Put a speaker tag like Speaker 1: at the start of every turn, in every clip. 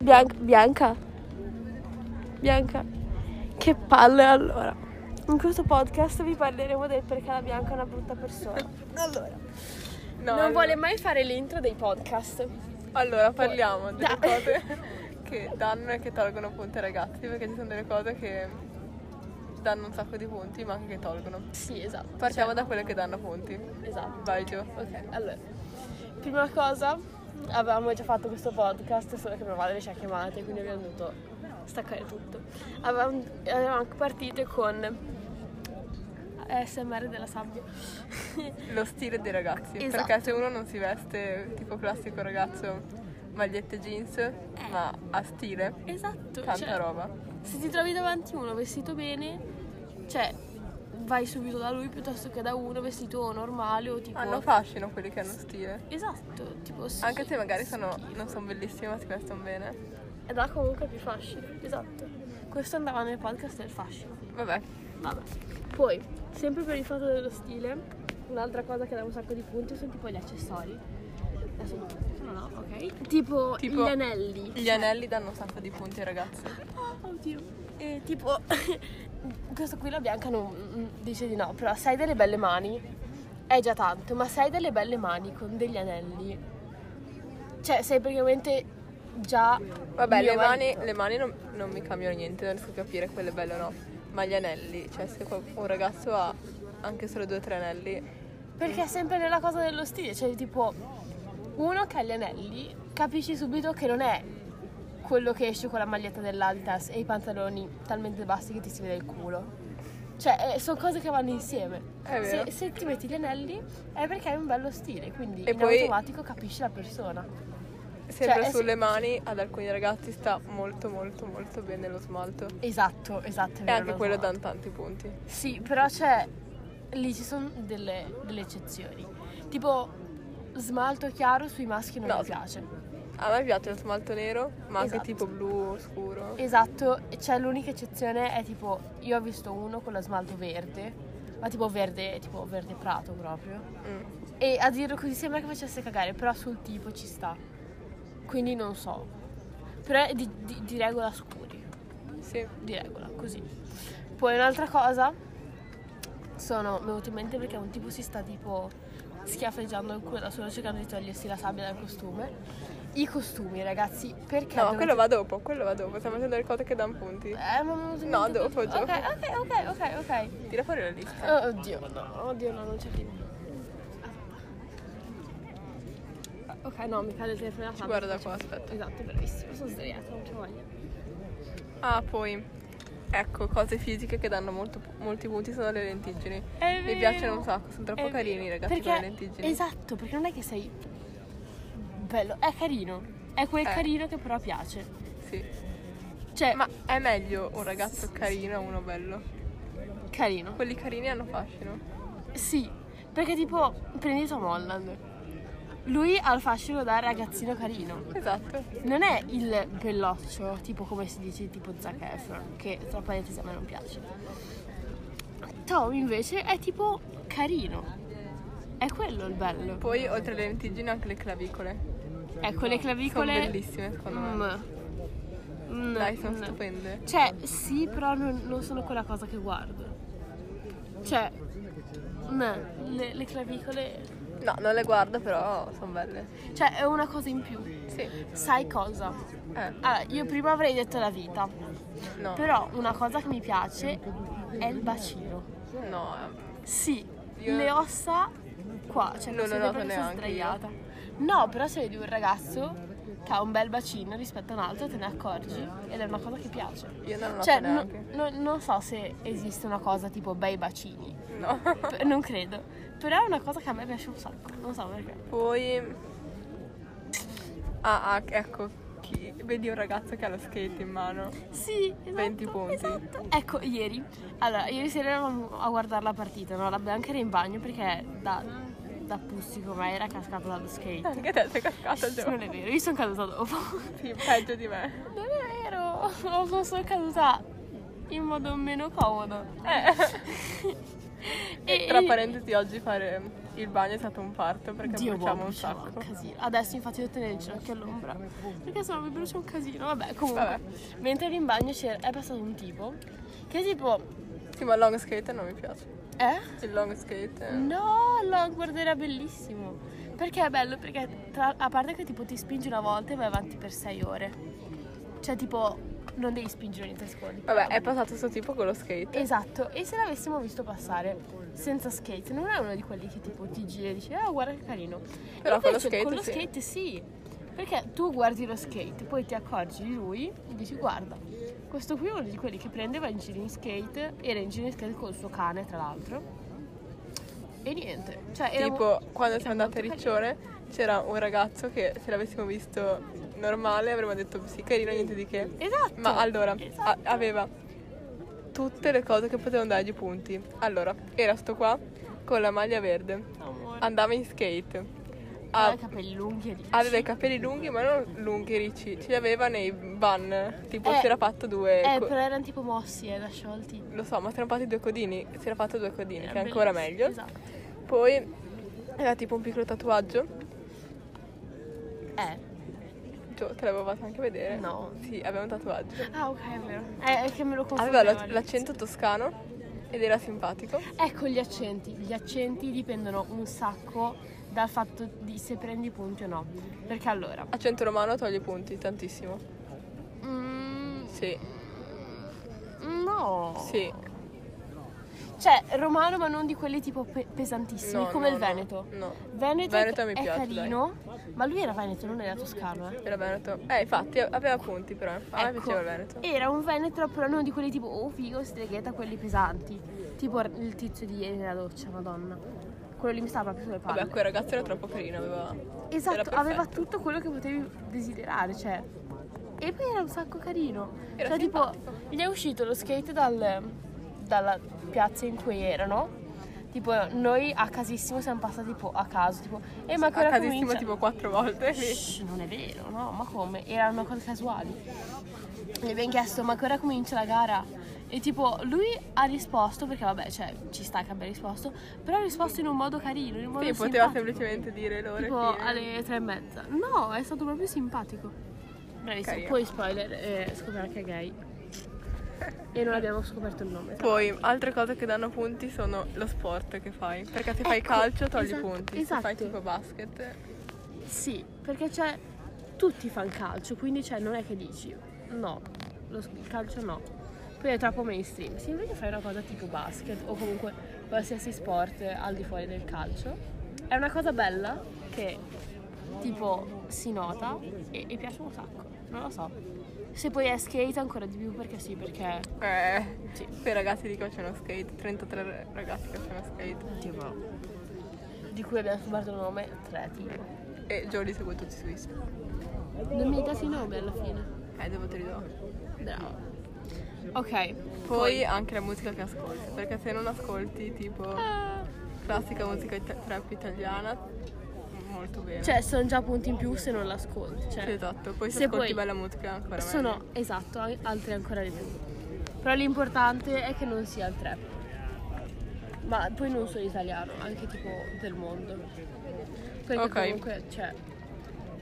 Speaker 1: Bian- Bianca. Bianca. Che palle allora. In questo podcast vi parleremo del perché la Bianca è una brutta persona. Allora.
Speaker 2: No,
Speaker 1: non
Speaker 2: no.
Speaker 1: vuole mai fare l'intro dei podcast.
Speaker 2: Allora parliamo delle
Speaker 1: Da-
Speaker 2: cose che danno e che tolgono punti ai ragazzi, perché ci sono delle cose che danno un sacco di punti, ma anche che tolgono.
Speaker 1: Sì, esatto.
Speaker 2: Partiamo da quelle che danno punti.
Speaker 1: Esatto.
Speaker 2: Vai Gio.
Speaker 1: Ok, allora. Prima cosa, avevamo già fatto questo podcast, solo che mia madre ci ha chiamate, quindi abbiamo dovuto staccare tutto. Avevamo, avevamo anche partito con ASMR della sabbia.
Speaker 2: Lo stile dei ragazzi.
Speaker 1: Esatto.
Speaker 2: Perché se uno non si veste tipo classico ragazzo magliette jeans, ma a stile,
Speaker 1: esatto.
Speaker 2: tanta
Speaker 1: Eh. cioè,
Speaker 2: roba.
Speaker 1: Se ti trovi davanti uno vestito bene, cioè vai subito da lui piuttosto che da uno vestito normale o tipo...
Speaker 2: Hanno fascino quelli che hanno stile.
Speaker 1: Esatto, tipo sì.
Speaker 2: Anche se magari sono, non sono bellissimi ma si vestono bene.
Speaker 1: Ed ha comunque più fascino, esatto. Questo andava nel podcast del fascino.
Speaker 2: Vabbè,
Speaker 1: Vabbè. Poi, sempre per il fatto dello stile, un'altra cosa che dà un sacco di punti sono tipo gli accessori. Adesso no, no, no, ok. Tipo,
Speaker 2: Tipo-
Speaker 1: gli anelli.
Speaker 2: gli anelli danno un sacco di punti ai ragazzi.
Speaker 1: Oh, oddio. E tipo, questo qui la Bianca non, mm, dice di no, però se hai delle belle mani, è già tanto, ma se hai delle belle mani con degli anelli, cioè sei praticamente già...
Speaker 2: Vabbè,
Speaker 1: mio
Speaker 2: le mani,
Speaker 1: marito.
Speaker 2: le mani non, non mi cambiano niente, non riesco a capire quelle belle o no. Ma gli anelli, cioè se qual- un ragazzo ha anche solo due o tre anelli,
Speaker 1: Perché è sempre nella cosa dello stile, cioè tipo uno che ha gli anelli, capisci subito che non è quello che esce con la maglietta dell'Adidas e i pantaloni talmente bassi che ti si vede il culo. Cioè, sono cose che vanno insieme.
Speaker 2: È vero.
Speaker 1: Se, se ti metti gli anelli è perché hai un bello stile, quindi
Speaker 2: E
Speaker 1: in
Speaker 2: poi-
Speaker 1: automatico capisci la persona.
Speaker 2: sempre
Speaker 1: Cioè, eh sì.
Speaker 2: sulle mani ad alcuni ragazzi sta molto molto molto bene lo smalto.
Speaker 1: Esatto, esatto. è
Speaker 2: E
Speaker 1: vero,
Speaker 2: anche
Speaker 1: lo
Speaker 2: quello
Speaker 1: so.
Speaker 2: danno tanti punti.
Speaker 1: Sì, però c'è. Lì ci sono delle, delle eccezioni. Tipo, smalto chiaro sui maschi non
Speaker 2: No,
Speaker 1: mi
Speaker 2: sì.
Speaker 1: piace.
Speaker 2: A me piace lo smalto nero, ma anche
Speaker 1: Esatto.
Speaker 2: tipo blu scuro.
Speaker 1: Esatto, e c'è l'unica eccezione è tipo, io ho visto uno con lo smalto verde, ma tipo verde, tipo verde prato proprio.
Speaker 2: Mm.
Speaker 1: E a dirlo così sembra che facesse cagare, però sul tipo ci sta. Quindi non so. Però è di, di- di regola scuri,
Speaker 2: Sì.
Speaker 1: di regola, così. Poi un'altra cosa, sono, mi è venuto in mente perché un tipo si sta tipo schiaffeggiando il culo da solo cercando di togliersi la sabbia dal costume. I costumi, ragazzi, perché...
Speaker 2: No, ma
Speaker 1: dovete-
Speaker 2: quello va dopo, quello va dopo. Stiamo facendo le cose che danno punti.
Speaker 1: Eh, ma mi è venuto in
Speaker 2: No,
Speaker 1: mente
Speaker 2: dopo,
Speaker 1: questo.
Speaker 2: dopo.
Speaker 1: Ok, ok, ok, ok, ok.
Speaker 2: Tira fuori la lista.
Speaker 1: Oh, oddio, no, oddio, no, non c'è più. Ah. Ok, no, mi cade il telefono alla fabbrica.
Speaker 2: Guarda qua, aspetta.
Speaker 1: Esatto, bravissimo, sono sdraiata, non c'ho voglia.
Speaker 2: Ah, poi, ecco, cose fisiche che danno molto- molti punti sono le lentiggini.
Speaker 1: È
Speaker 2: Mi
Speaker 1: vero.
Speaker 2: piacciono un sacco, sono troppo
Speaker 1: È
Speaker 2: carini,
Speaker 1: vero.
Speaker 2: ragazzi,
Speaker 1: Eh, Perché-
Speaker 2: con le lentiggini.
Speaker 1: Esatto, perché non è che sei bello, è carino. È quel
Speaker 2: Eh.
Speaker 1: carino che però piace.
Speaker 2: Sì. Eh,
Speaker 1: Cioè,
Speaker 2: Ma è meglio un ragazzo carino a uno bello.
Speaker 1: carino.
Speaker 2: Quelli carini hanno fascino.
Speaker 1: Sì, perché tipo, prendi Tom Holland. Lui ha il fascino da ragazzino carino.
Speaker 2: Esatto.
Speaker 1: Non è il belloccio, tipo come si dice, tipo Zac Efron, che tra parentesi a me non piace. Tom invece è tipo carino. È quello il bello.
Speaker 2: Poi, oltre alle lentiggini, anche le clavicole.
Speaker 1: Ecco, le
Speaker 2: Sono
Speaker 1: clavicole...
Speaker 2: bellissime, secondo me.
Speaker 1: Mm. Mm,
Speaker 2: Dai, sono
Speaker 1: mm.
Speaker 2: stupende.
Speaker 1: Cioè, sì, però non, non sono quella cosa che guardo. Cioè, no, le, le clavicole...
Speaker 2: No, non le guardo, però sono belle.
Speaker 1: Cioè, è una cosa in più.
Speaker 2: Sì.
Speaker 1: Sai cosa?
Speaker 2: Eh,
Speaker 1: Ah, io prima avrei detto la vita.
Speaker 2: no.
Speaker 1: Però una cosa che mi piace è il bacino.
Speaker 2: No, eh,
Speaker 1: Sì,
Speaker 2: Io-
Speaker 1: le ossa qua, cioè
Speaker 2: Non
Speaker 1: non
Speaker 2: lo
Speaker 1: lo
Speaker 2: noto
Speaker 1: perché sono
Speaker 2: neanche io.
Speaker 1: sdraiata. No, però se vedi un ragazzo che ha un bel bacino rispetto a un altro te ne accorgi ed è una cosa che piace.
Speaker 2: eh, io non lo
Speaker 1: Cioè,
Speaker 2: so
Speaker 1: no-
Speaker 2: neanche.
Speaker 1: no- non so se esiste una cosa tipo bei bacini,
Speaker 2: No.
Speaker 1: P- non credo, però è una cosa che a me piace un sacco, non so perché.
Speaker 2: Poi... Ah, ah, ecco. chi- Vedi un ragazzo che ha lo skate in mano.
Speaker 1: Sì, esatto,
Speaker 2: 20 punti.
Speaker 1: esatto. Ecco, ieri, allora, ieri sera eravamo a guardare la partita, no? La Bianca era in bagno perché da, da pussico, ma era cascato dallo skate.
Speaker 2: Anche te sei cascata giù.
Speaker 1: Non è vero, io sono caduta dopo.
Speaker 2: Sì, peggio di me.
Speaker 1: Non è vero, sono, sono caduta in modo meno comodo.
Speaker 2: Eh.
Speaker 1: E-
Speaker 2: Tra parentesi oggi fare Il bagno è stato un parto perché
Speaker 1: Dio
Speaker 2: bruciamo
Speaker 1: Bob,
Speaker 2: un
Speaker 1: c'era
Speaker 2: sacco.
Speaker 1: casino. Adesso infatti devo tenere il ginocchio all'ombra. Perché sennò mi brucia un casino. Vabbè, comunque.
Speaker 2: Vabbè.
Speaker 1: Mentre ero in bagno c'era, è passato un tipo che tipo.
Speaker 2: Sì, ma il long skate non mi piace.
Speaker 1: Eh?
Speaker 2: Il long skate. eh.
Speaker 1: No, il longboard era bellissimo. Perché è bello? Perché tra- a parte che tipo ti spingi una volta e vai avanti per sei ore. Cioè, tipo, non devi spingere ogni tre secondi.
Speaker 2: Vabbè, è passato questo tipo con lo skate.
Speaker 1: Esatto, e se l'avessimo visto passare senza skate, non è uno di quelli che tipo ti gira e dici, ah guarda che carino.
Speaker 2: Però con lo
Speaker 1: Invece
Speaker 2: skate
Speaker 1: con lo
Speaker 2: sì.
Speaker 1: skate sì, perché tu guardi lo skate, poi ti accorgi di lui e dici, guarda, questo qui è uno di quelli che prendeva in giro in skate, era in giro in skate col suo cane tra l'altro. E niente, cioè era
Speaker 2: Tipo, quando siamo
Speaker 1: era
Speaker 2: andate a
Speaker 1: molto
Speaker 2: Riccione c'era un ragazzo che se l'avessimo visto normale avremmo detto sì, carino, niente di che.
Speaker 1: Esatto.
Speaker 2: Ma allora,
Speaker 1: esatto.
Speaker 2: a- aveva tutte le cose che potevano dargli punti. Allora, era sto qua con la maglia verde,
Speaker 1: Amore.
Speaker 2: andava in skate, a-
Speaker 1: Aveva i capelli lunghi e ricci.
Speaker 2: aveva i capelli lunghi ma non lunghi ricci, ce li aveva nei van, tipo
Speaker 1: Eh,
Speaker 2: si era fatto due...
Speaker 1: Eh,
Speaker 2: co-
Speaker 1: però erano tipo mossi, eh, da sciolti.
Speaker 2: Lo so, ma si erano fatti due codini, si era fatto due codini,
Speaker 1: Era
Speaker 2: che è ancora
Speaker 1: Eh, bellissimo,
Speaker 2: meglio.
Speaker 1: Esatto.
Speaker 2: Poi era tipo un piccolo tatuaggio,
Speaker 1: Eh.
Speaker 2: Gio, te l'avevo fatto anche vedere.
Speaker 1: No.
Speaker 2: Sì, aveva un tatuaggio.
Speaker 1: Ah, ok, è vero. Eh, è che me lo confondevo.
Speaker 2: Aveva la-
Speaker 1: all'inizio.
Speaker 2: l'accento toscano ed era simpatico.
Speaker 1: Ecco gli accenti. Gli accenti dipendono un sacco dal fatto di se prendi punti o no. Perché allora.
Speaker 2: Accento romano toglie punti, tantissimo.
Speaker 1: mm,
Speaker 2: Sì,
Speaker 1: no.
Speaker 2: sì.
Speaker 1: Cioè, romano, ma non di quelli tipo pe- pesantissimi,
Speaker 2: No,
Speaker 1: come
Speaker 2: no,
Speaker 1: il
Speaker 2: no,
Speaker 1: Veneto.
Speaker 2: No.
Speaker 1: Veneto,
Speaker 2: Veneto
Speaker 1: è,
Speaker 2: mi
Speaker 1: è
Speaker 2: piace, dai.
Speaker 1: carino, ma lui era Veneto, non era Toscano, eh.
Speaker 2: Era Veneto. Eh, infatti aveva punti però. A me
Speaker 1: Ecco,
Speaker 2: piaceva il Veneto.
Speaker 1: Era un Veneto, però non di quelli tipo, oh figo, streghetta, quelli pesanti. Tipo il tizio di ieri nella doccia, madonna. Quello lì mi stava proprio sulle palle.
Speaker 2: Vabbè, quel ragazzo era troppo carino, aveva...
Speaker 1: Esatto,
Speaker 2: era
Speaker 1: aveva
Speaker 2: perfetto.
Speaker 1: tutto quello che potevi desiderare, cioè. E poi era un sacco carino.
Speaker 2: Era
Speaker 1: cioè, tipo,
Speaker 2: simpatico.
Speaker 1: gli è uscito lo skate dal- dalla piazza in cui erano. Tipo, noi a casissimo siamo passati tipo a caso, tipo, e Eh, ma che
Speaker 2: A
Speaker 1: ora
Speaker 2: casissimo
Speaker 1: comincia?
Speaker 2: tipo quattro volte. Sì.
Speaker 1: Shh, non è vero, no, ma come? Erano cose casuali. Gli abbiamo chiesto, ma che ora comincia la gara? E tipo, lui ha risposto, perché vabbè, cioè, ci sta che abbia risposto, però ha risposto in un modo carino, in un modo
Speaker 2: Sì, poteva
Speaker 1: simpatico.
Speaker 2: semplicemente dire l'ora
Speaker 1: Tipo
Speaker 2: fine.
Speaker 1: alle tre e mezza. No, è stato proprio simpatico. Bravissimo.
Speaker 2: Carino.
Speaker 1: Poi spoiler, eh, scoprirà che è gay. E non abbiamo scoperto il nome.
Speaker 2: Poi, altre cose che danno punti sono lo sport che fai. Perché se fai
Speaker 1: Ecco,
Speaker 2: calcio togli
Speaker 1: esatto,
Speaker 2: punti.
Speaker 1: esatto.
Speaker 2: Se fai tipo basket.
Speaker 1: Sì, perché c'è. Tutti fanno calcio, quindi cioè non è che dici no, lo s- il calcio no. Poi è troppo mainstream. Se invece fai una cosa tipo basket o comunque qualsiasi sport al di fuori del calcio, è una cosa bella che tipo si nota e, e piace un sacco. Non lo so. Se poi è skate ancora di più perché sì, perché
Speaker 2: Eh,
Speaker 1: sì.
Speaker 2: per ragazzi di facciano skate, 33 ragazzi che facciano skate.
Speaker 1: Tipo, di cui abbiamo scoperto il nome, tre tipo.
Speaker 2: E Joe li seguo tutti su Instagram.
Speaker 1: Non mi dati i nomi alla fine.
Speaker 2: Eh, devo te li do.
Speaker 1: Bravo. Ok,
Speaker 2: Poi, anche la musica che ascolti. Perché se non ascolti tipo
Speaker 1: Ah.
Speaker 2: classica musica ita- trap italiana, molto bene.
Speaker 1: Cioè, sono già punti in più se non l'ascolti. Cioè,
Speaker 2: Sì, esatto. Poi se,
Speaker 1: se
Speaker 2: ascolti
Speaker 1: poi
Speaker 2: bella musica ancora meglio.
Speaker 1: Sono, esatto, an- altri ancora di più. Però l'importante è che non sia il trap. Ma poi non solo italiano, anche tipo del mondo. Perché
Speaker 2: Ok.
Speaker 1: comunque, cioè,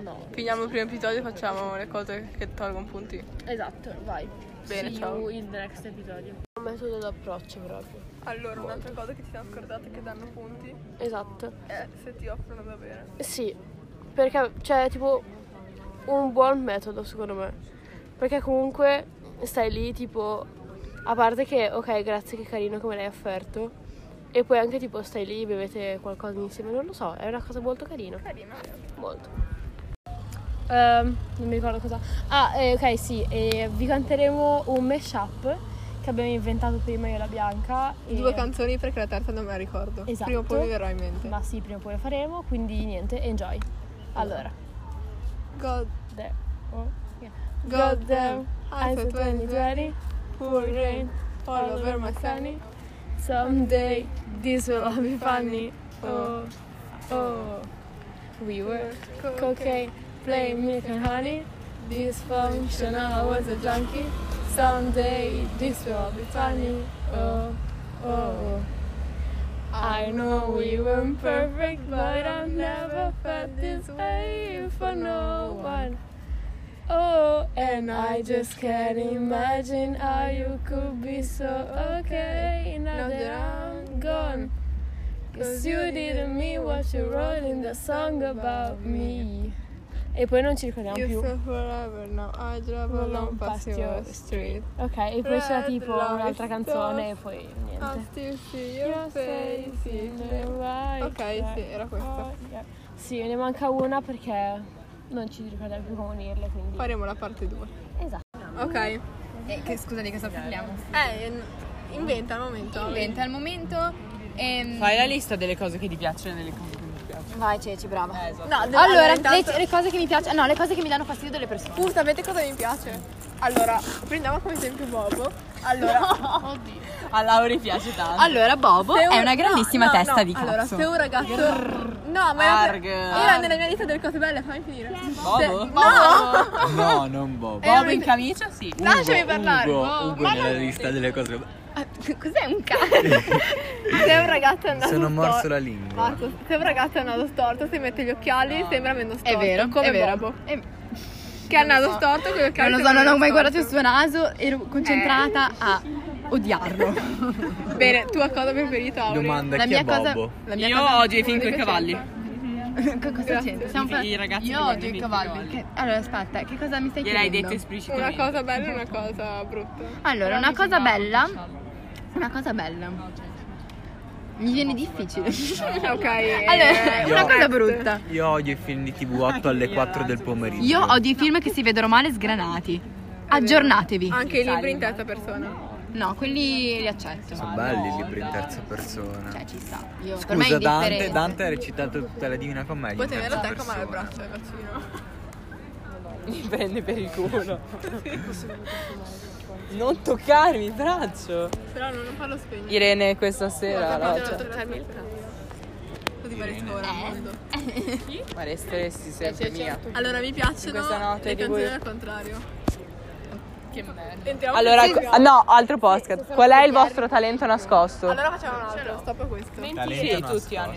Speaker 1: no.
Speaker 2: Finiamo il primo episodio e facciamo le cose che tolgono punti.
Speaker 1: Esatto, vai.
Speaker 2: Bene,
Speaker 1: See
Speaker 2: ciao.
Speaker 1: you in the next episodio. Un metodo d'approccio proprio.
Speaker 2: Allora, un'altra cosa che ci siamo scordate che danno punti
Speaker 1: Esatto.
Speaker 2: è se ti offrono da bere.
Speaker 1: Sì, perché cioè, tipo un buon metodo secondo me. Perché comunque stai lì tipo a parte che ok, grazie che carino come l'hai offerto e poi anche tipo stai lì bevete qualcosa insieme, non lo so, è una cosa molto carina,
Speaker 2: Carina.
Speaker 1: molto. Ehm, non mi ricordo cosa. Ah, eh, ok, sì, eh, vi canteremo un mashup che abbiamo inventato prima io e la Bianca e-
Speaker 2: Due canzoni perché la terza non me la ricordo.
Speaker 1: Esatto.
Speaker 2: Prima o poi mi verrà in mente.
Speaker 1: Ma sì, prima o poi lo faremo, quindi niente, enjoy. Allora,
Speaker 2: God,
Speaker 1: there. Oh, yeah.
Speaker 2: God damn,
Speaker 1: I
Speaker 2: I
Speaker 1: said
Speaker 2: said
Speaker 1: 2020,
Speaker 2: poor rain, all over my sunny.
Speaker 1: Someday this will all be funny. Oh, oh. We were cocaine, playing milk and honey. Dysfunctional, I was a junkie. Someday this will all be funny. Oh, oh. I know we weren't perfect, but I've never felt this way for no one. Oh, and I just can't imagine how you could be so okay now that I'm gone. Cause you didn't mean what you wrote in the song about me.
Speaker 3: E poi non ci ricordiamo
Speaker 2: You
Speaker 3: più.
Speaker 2: said forever, now I drive along past your street.
Speaker 3: Ok, e poi c'era
Speaker 2: Red
Speaker 3: tipo
Speaker 2: light
Speaker 3: un'altra canzone e
Speaker 2: stuff.
Speaker 3: poi
Speaker 2: I
Speaker 3: niente.
Speaker 2: still see your face. in the- Ok, sì, era
Speaker 1: Oh,
Speaker 2: questa.
Speaker 3: Sì, ne manca una perché non ci ricordiamo più come unirle, quindi...
Speaker 2: Faremo la parte 2.
Speaker 3: Esatto.
Speaker 2: Ok.
Speaker 4: Eh, che, scusa di cosa parliamo?
Speaker 2: Eh, n- inventa al momento.
Speaker 4: Inventa al momento. ehm,
Speaker 5: Fai la lista delle cose che ti piacciono e delle cose che non ti piacciono.
Speaker 4: Vai Ceci,
Speaker 1: Eh,
Speaker 4: brava.
Speaker 2: No, de-
Speaker 4: Allora,
Speaker 2: intanto-
Speaker 4: le, le cose che mi piacciono, no, le cose che mi danno fastidio delle persone.
Speaker 2: Puh, sapete cosa mi piace? Allora, prendiamo come esempio Bobo. Allora,
Speaker 5: A Laura piace tanto.
Speaker 4: Allora, Bobo
Speaker 2: se un-
Speaker 4: è una grandissima
Speaker 2: no, no,
Speaker 4: testa
Speaker 2: no.
Speaker 4: di cazzo.
Speaker 2: Allora, se un ragazzo No, ma era,
Speaker 5: Arg.
Speaker 2: era nella mia lista delle cose belle, fammi finire. Se-
Speaker 5: Bobo?
Speaker 2: No!
Speaker 6: No, non Bob.
Speaker 4: Eh,
Speaker 5: Bobo in camicia? Sì.
Speaker 2: Lasciami parlare.
Speaker 6: Ugo, Ugo nella lista delle cose.
Speaker 2: Cos'è un cazzo? se un ragazzo è andato
Speaker 6: Sono morso
Speaker 2: storto-
Speaker 6: la lingua.
Speaker 2: Marco, se un ragazzo ha il naso storto, se mette gli occhiali, sembra meno storto.
Speaker 4: È vero,
Speaker 2: come
Speaker 4: è vero.
Speaker 2: Bobo.
Speaker 4: È-
Speaker 2: Che ha il naso storto con gli
Speaker 4: Non
Speaker 2: occhiali.
Speaker 4: lo so,
Speaker 2: sembra
Speaker 4: non ho mai
Speaker 2: meno
Speaker 4: guardato il
Speaker 2: storto.
Speaker 4: suo naso, ero concentrata a odiarlo.
Speaker 2: Bene, tu a cosa preferito, Auri?
Speaker 6: Domanda
Speaker 4: La
Speaker 6: chi è
Speaker 4: mia cosa-
Speaker 6: Bobo?
Speaker 4: La mia
Speaker 5: Io
Speaker 4: cosa-
Speaker 5: odio i film con i cavalli.
Speaker 4: Che cosa c'entra? Stiamo
Speaker 5: I
Speaker 4: par-
Speaker 5: ragazzi che
Speaker 4: Io
Speaker 5: guardano
Speaker 4: odio
Speaker 5: i
Speaker 4: i
Speaker 5: cavalli.
Speaker 4: cavalli. Che- Allora, aspetta, che cosa mi stai
Speaker 5: Gliel'hai
Speaker 4: chiedendo?
Speaker 5: detto
Speaker 2: Una
Speaker 5: esplicitamente.
Speaker 2: cosa bella e una cosa brutta.
Speaker 4: Allora, una cosa bella. Una cosa bella.
Speaker 5: cioè,
Speaker 4: Mi viene difficile.
Speaker 2: Ok. eh,
Speaker 4: allora, una
Speaker 6: io- Ecco.
Speaker 4: cosa brutta.
Speaker 6: Io odio i film di TV8 alle 4 del pomeriggio.
Speaker 4: Io odio i film che si vedono male sgranati. Aggiornatevi.
Speaker 5: Ah.
Speaker 2: Anche i libri in terza persona.
Speaker 4: No, quelli li accetto.
Speaker 6: Sono belli i libri in terza persona.
Speaker 4: Cioè, ci sta. Io per me è
Speaker 6: Scusa, Dante,
Speaker 4: indifferente.
Speaker 6: Dante ha recitato tutta la Divina Commedia. in
Speaker 2: Puoi tenere
Speaker 6: terza
Speaker 2: te come il
Speaker 6: persona.
Speaker 2: braccio del vaccino.
Speaker 5: Mi prende per il culo. non toccarmi il braccio.
Speaker 2: Però non, non farlo spegnere. cioè,
Speaker 5: Irene questa sera. cioè,
Speaker 2: Io
Speaker 5: la-
Speaker 2: devo toccarmi il cazzo. Così pare
Speaker 5: Eh.
Speaker 2: scuola al mondo.
Speaker 5: Ma resteresti sempre mia.
Speaker 2: Allora, mi
Speaker 5: Cioè, Questa
Speaker 2: piacciono
Speaker 5: notte
Speaker 2: le
Speaker 5: di
Speaker 2: canzoni
Speaker 5: cui-
Speaker 2: al contrario. Che merda. Entriamo
Speaker 5: Allora,
Speaker 2: nel
Speaker 5: co-
Speaker 2: serio.
Speaker 5: no, altro podcast. Qual è il vostro talento nascosto?
Speaker 2: Allora facciamo un altro, stop a questo.
Speaker 6: Talento
Speaker 5: Sì,
Speaker 6: nascosto.
Speaker 5: tutti hanno.